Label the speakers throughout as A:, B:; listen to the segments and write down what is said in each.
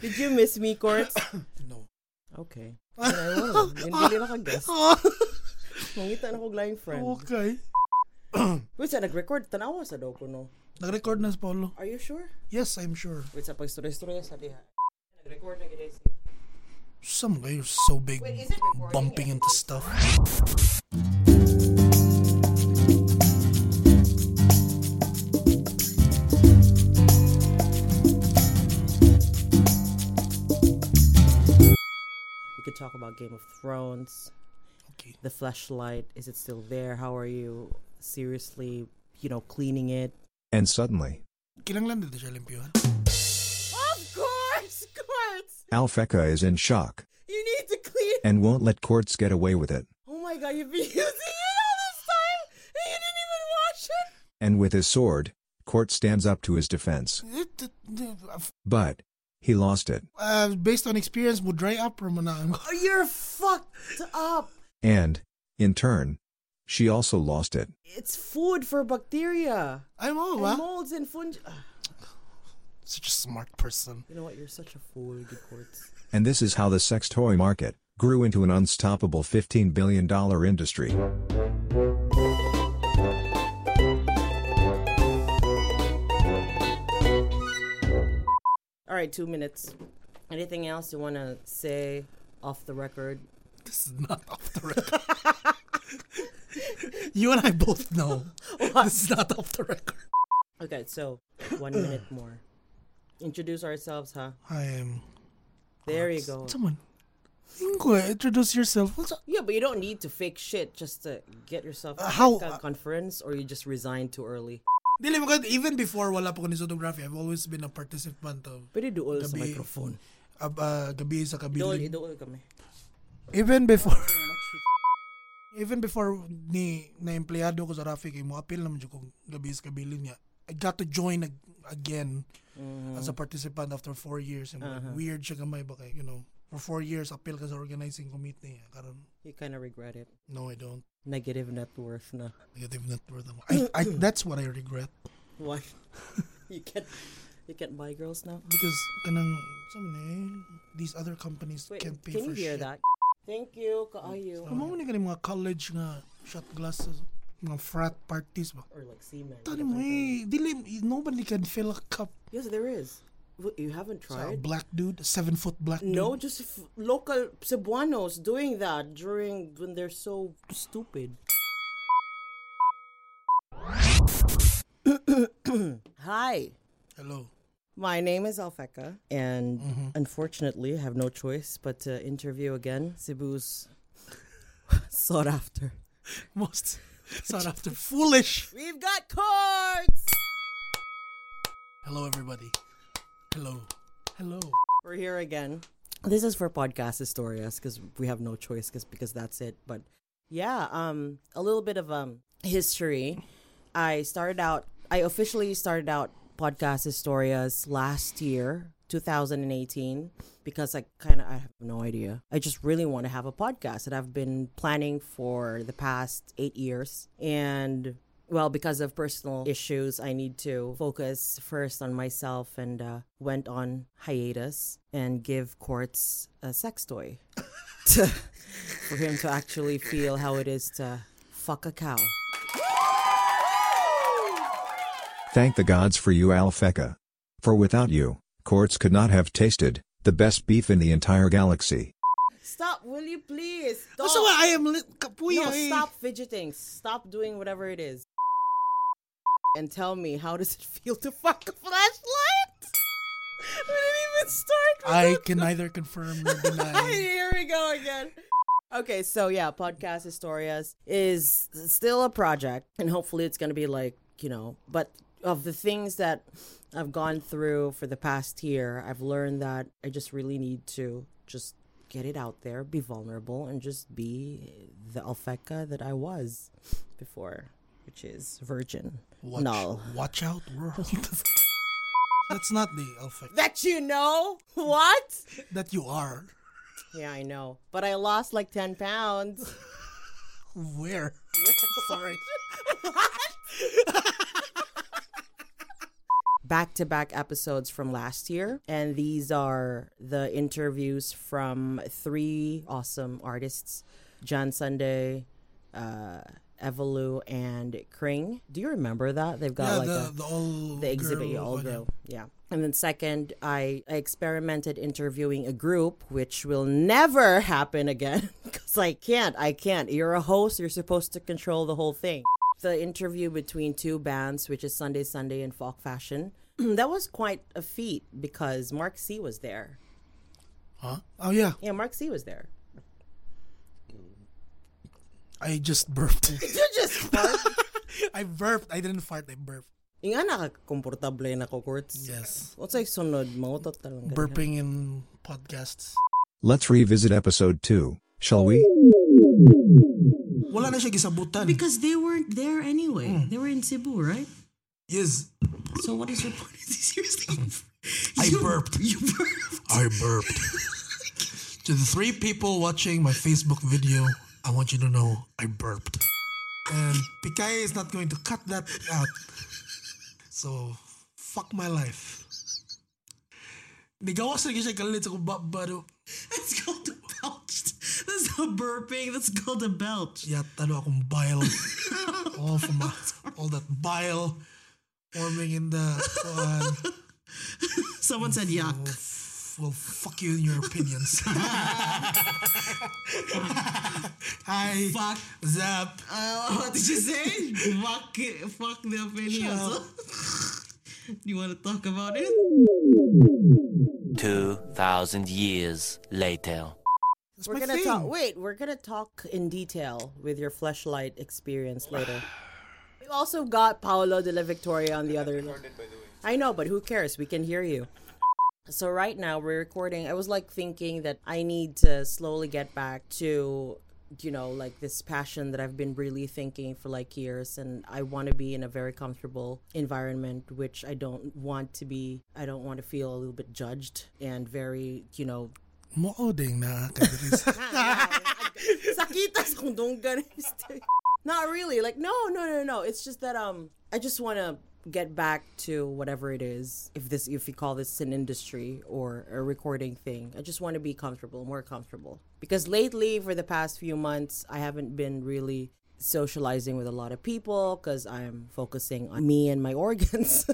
A: Did you miss me, Courts?
B: No.
A: Okay. Ay, wala. Hindi nila ka-guess. Mangita na ko lying friend.
B: okay.
A: Wait, sa nag-record? Tanawa sa daw ko, no?
B: Nag-record na si Paolo.
A: Are you sure?
B: Yes, I'm sure.
A: Wait, sa pag-story-story sa diha. Nag-record na gina
B: Some guy who's so big, bumping into stuff.
A: We could talk about Game of Thrones,
B: Okay.
A: the flashlight. Is it still there? How are you seriously, you know, cleaning it?
C: And suddenly,
B: Kailangan lang dito siya limpyohan.
A: Of course, Quartz!
C: Alfeka is in shock
A: You need to clean
C: and won't let Quartz get away with it.
A: Oh my god, you've been using it all this time and you didn't even wash it!
C: And with his sword, Quartz stands up to his defense. But, he lost it.
B: Uh, based on experience, mo dry up ah. or mo na.
A: Oh, you're fucked up!
C: And, in turn, she also lost it.
A: It's food for bacteria.
B: Ay mo
A: And
B: ba?
A: molds and fungi. Ah,
B: Such a smart person.
A: You know what? You're such a fool, you courts.
C: And this is how the sex toy market grew into an unstoppable $15 billion industry.
A: All right, two minutes. Anything else you want to say off the record?
B: This is not off the record. you and I both know this is not off the record.
A: Okay, so one minute more. Introduce ourselves, huh?
B: I am.
A: There you go.
B: um, Someone. Ingo, introduce yourself. What's up?
A: Yeah, but you don't need to fake shit just to get yourself
B: Uh, how-
A: a conference, or you just resign too early.
B: Dili mo ko, even before wala pa ko ni photography, I've always been a participant of
A: Pwede duol sa
B: Gabi.
A: microphone.
B: uh, uh, gabi sa
A: Duol,
B: kabilin.
A: iduol kami.
B: Even before even before ni na empleyado ko sa Rafi kay mo appeal naman jud kong gabi sa kabilin niya. I got to join ag- again
A: Mm-hmm.
B: as a participant after four years. And like,
A: Uh-huh.
B: Weird siya gamay ba kay, you know. For four years, appeal ka sa organizing committee. niya. Karon,
A: You kind of regret it.
B: no, I don't.
A: Negative net worth na.
B: Negative net worth. ako. I, I, that's what I regret.
A: Why? you can't you can't buy girls now?
B: Because, kanang, sa man eh, these other companies
A: Wait,
B: can't
A: can,
B: pay
A: you
B: for
A: hear
B: shit.
A: that? Thank you, kaayo.
B: Kung mauni ka ng mga college nga shot glasses, mga frat parties ba?
A: Or like semen.
B: Tani mo eh, dili, nobody can fill a cup.
A: Yes, there is. Wh- You haven't
B: Sa
A: tried?
B: black dude, seven foot black dude.
A: No, just f- local Cebuanos doing that during when they're so stupid. Hi,
B: Hello.
A: my name is Alfeka, and
B: Mm-hmm.
A: unfortunately, I have no choice but to interview again Cebu's sought after.
B: Most sought after. Foolish.
A: We've got cards.
B: Hello everybody. Hello. Hello.
A: We're here again. This is for podcast historias because we have no choice cause, because that's it. But yeah, um, a little bit of um history. I started out. I officially started out podcast historias last year, 2018, because I kind of I have no idea. I just really want to have a podcast that I've been planning for the past eight years, and well because of personal issues i need to focus first on myself and uh, went on hiatus and give quartz a sex toy to, for him to actually feel how it is to fuck a cow
C: Thank the gods for you, Alfeka. For without you, Quartz could not have tasted the best beef in the entire galaxy.
A: stop will you please stop
B: Also, I am li- kapuya
A: no,
B: eh.
A: stop fidgeting stop doing whatever it is and tell me how does it feel to fuck a flashlight we didn't even start with
B: I
A: that.
B: can neither confirm nor deny.
A: Here we go again. Okay, so yeah, Podcast Historias is still a project, and hopefully it's going to be like, you know, but of the things that I've gone through for the past year, I've learned that I just really need to just get it out there, be vulnerable, and just be the Alfeka that I was before, which is virgin.
B: Watch,
A: No.
B: watch out, world. That's not the alpha
A: That you know? What?
B: that you are.
A: yeah, I know. But I lost like 10 pounds.
B: Where? Sorry.
A: back to back episodes from last year. And these are the interviews from three awesome artists John Sunday, uh, Evolu, and Kring. Do you remember that? They've got
B: yeah,
A: like
B: the,
A: a
B: the all
A: the exhibit
B: girl
A: all
B: one,
A: girl yeah and then second I, I experimented interviewing a group which will never happen again because i can't i can't you're a host you're supposed to control the whole thing the interview between two bands which is sunday sunday and folk fashion that was quite a feat because mark c was there
B: Huh? Oh yeah,
A: yeah mark c was there
B: I just burped.
A: you just
B: I burped. I didn't fart. I burped.
A: yung anak komportable na ko Kurtz.
B: Yes.
A: What's like sunod mautot talaga.
B: Burping in podcasts.
C: Let's revisit episode 2, shall we?
B: Wala na siya gisabutan.
D: Because they weren't there anyway. They were in Cebu, right?
B: yes.
D: So what is your point? Seriously?
B: I
D: You-
B: burped.
D: You burped.
B: I burped. to the three people watching my Facebook video, I want you to know I burped. And Pikay is not going to cut that out. So, fuck my life. Nigawas na siya kalit sa kubabado.
D: That's called a belch. That's not burping. That's called a belch.
B: Yat, ano akong bile. all, from my, all that bile forming in the... Uh,
D: Someone said yuck.
B: well, fuck you in your opinions. Hi.
D: Fuck.
B: Zap.
D: Uh, what did you say? fuck, it- fuck the opinions. you want to talk about it?
E: 2,000 years later.
B: That's
A: We're
B: my
A: gonna
B: thing.
A: talk. Wait, we're gonna talk in detail with your fleshlight experience later. We also got Paolo de la Victoria on the other. I know, but who cares? We can hear you. So right now we're recording. I was like thinking that I need to slowly get back to you know like this passion that I've been really thinking for like years and I want to be in a very comfortable environment which I don't want to be I don't want to feel a little bit judged and very you know
B: Mo oh, ding na kadris.
A: Sakitas kung doon ka na yung stick. Not really. Like no, no, no, no. It's just that um, I just want to get back to whatever it is. If this, if you call this an industry or a recording thing, I just want to be comfortable, more comfortable. Because lately, for the past few months, I haven't been really socializing with a lot of people because I'm focusing on me and my organs,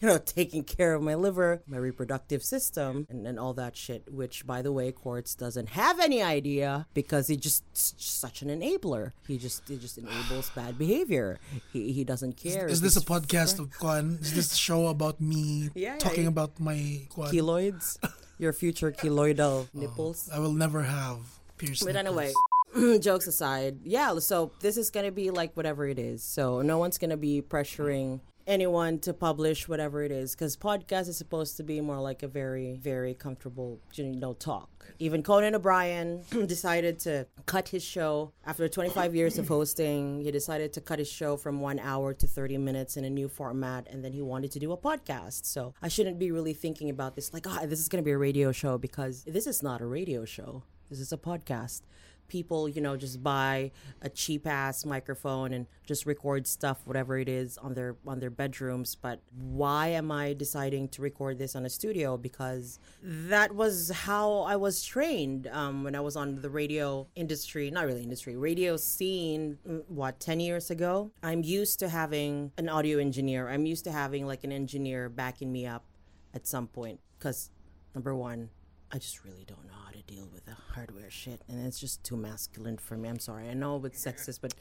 A: you know, taking care of my liver, my reproductive system, and, and all that shit, which, by the way, Quartz doesn't have any idea because he just s- such an enabler. He just he just enables bad behavior. He, he doesn't care.
B: Is
A: if
B: this a
A: it's
B: podcast of Kwan? Is this a show about me
A: Yeah, yeah,
B: talking
A: yeah.
B: about my Kwan?
A: keloids? Your future keloidal nipples?
B: I will never have pierced
A: But anyway, jokes aside, yeah, so this is going to be like whatever it is. So no one's going to be pressuring anyone to publish whatever it is because podcast is supposed to be more like a very, very comfortable, you know, talk. Even Conan O'Brien decided to cut his show after 25 years of hosting. He decided to cut his show from one hour to 30 minutes in a new format, and then he wanted to do a podcast. So I shouldn't be really thinking about this like, oh, this is going to be a radio show because this is not a radio show. This is a podcast. People, you know, just buy a cheap ass microphone and just record stuff, whatever it is, on their on their bedrooms. But why am I deciding to record this on a studio? Because that was how I was trained um, when I was on the radio industry, not really industry, radio scene. mm, What ten years ago, I'm used to having an audio engineer. I'm used to having like an engineer backing me up at some point. Because number one, I just really don't know how to deal with the hardware shit, and it's just too masculine for me. I'm sorry. I know it's sexist, but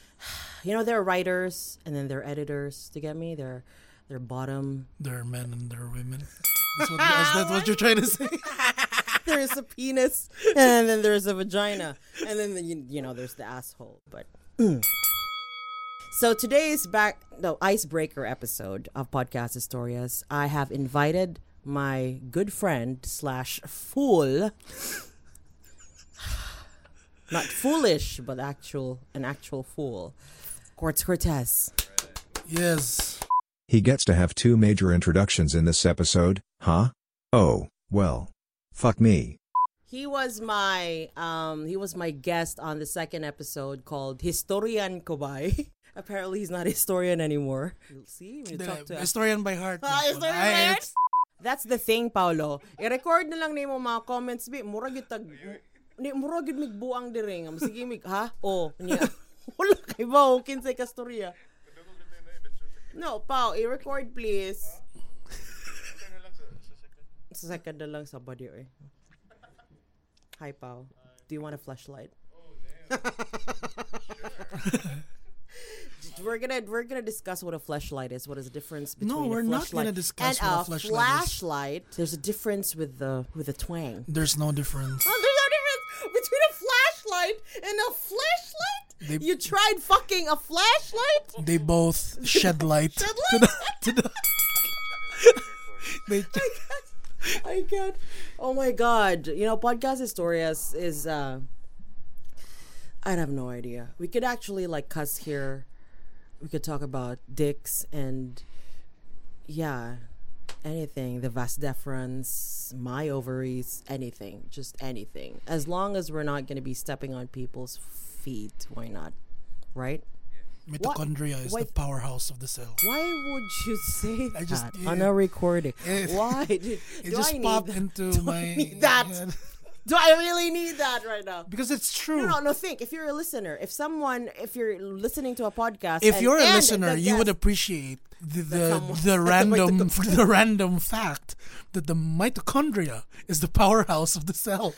A: you know there are writers and then there are editors. To get me, they're they're bottom.
B: There are men and there are women. That's what, that's, that's what you're trying to say.
A: There is a penis, and then there's a vagina, and then the, you, you know there's the asshole. But So today's back no icebreaker episode of Podcast Historias, I have invited my good friend slash fool not foolish, but actual an actual fool. Quartz Cortez.
B: Yes.
C: He gets to have two major introductions in this episode, huh? Oh, well. Fuck me.
A: He was my um he was my guest on the second episode called Historian Kobay. Apparently, he's not a historian anymore. You'll see when you
B: Dili,
A: talk to us.
B: historian by heart.
A: Ah,
B: na po na.
A: historian by
B: Ay,
A: heart?
B: it's-
A: That's the thing, Paolo. I-record na lang nimo mga comments, bi. Mura gyud tag... Ni, mura gyud migbuang diri nga. Sige, mig... Ha? Oh, niya. Wala kay ba? Kinsay ka storya. No, Pao, i-record please. sa second na lang sa body, eh. Hi, Pao. Do you want a flashlight?
B: Oh,
A: we're gonna we're gonna discuss what a flashlight is. What is the difference between
B: No, we're
A: a
B: not
A: fleshlight
B: gonna discuss
A: and
B: what a
A: flashlight?
B: fleshlight is.
A: There's a difference with the with the twang.
B: There's no difference.
A: Oh, there's no difference between a flashlight and a flashlight.
B: They-
A: you tried fucking a flashlight.
B: They both shed light.
A: Shed light?
B: to the, to the, they,
A: I can't. Oh my god. You know, podcast historias is uh I have no idea. We could actually like cuss here. We could talk about dicks and yeah, anything, the vas deferens, my ovaries, anything, just anything. As long as we're not going to be stepping on people's feet, why not? Right?
B: mitochondria is the
A: Wait.
B: powerhouse of the cell.
A: Why would you say
B: I
A: that
B: just-
A: on
B: it-
A: a recording?
B: it-
A: Why? Did, do
B: It just
A: I need
B: popped
A: that?
B: into
A: Do I
B: my
A: need that?
B: head.
A: Do I really need that right now?
B: because it's true.
A: No, no, no. Think if you're a listener, if someone, if you're listening to a podcast,
B: if
A: and-
B: you're a
A: and
B: listener,
A: the
B: you would
A: guest-
B: appreciate the the,
A: someone-
B: the
A: the
B: random the random fact that the mitochondria is the powerhouse of the cell.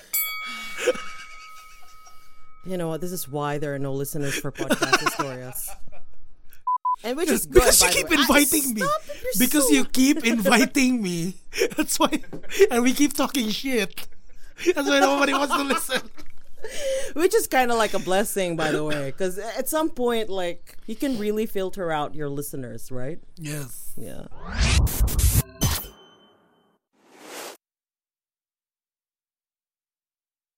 A: you know, what, this is why there are no listeners for podcast historias. And which is good,
B: because you
A: by the
B: keep
A: way. I-
B: inviting me.
A: stop it, you're
B: Because
A: so-
B: you keep inviting me. That's why, and we keep talking shit. That's why nobody wants to listen.
A: which is kind of like a blessing, by the way, because at some point, like you can really filter out your listeners, right?
B: Yes.
A: Yeah.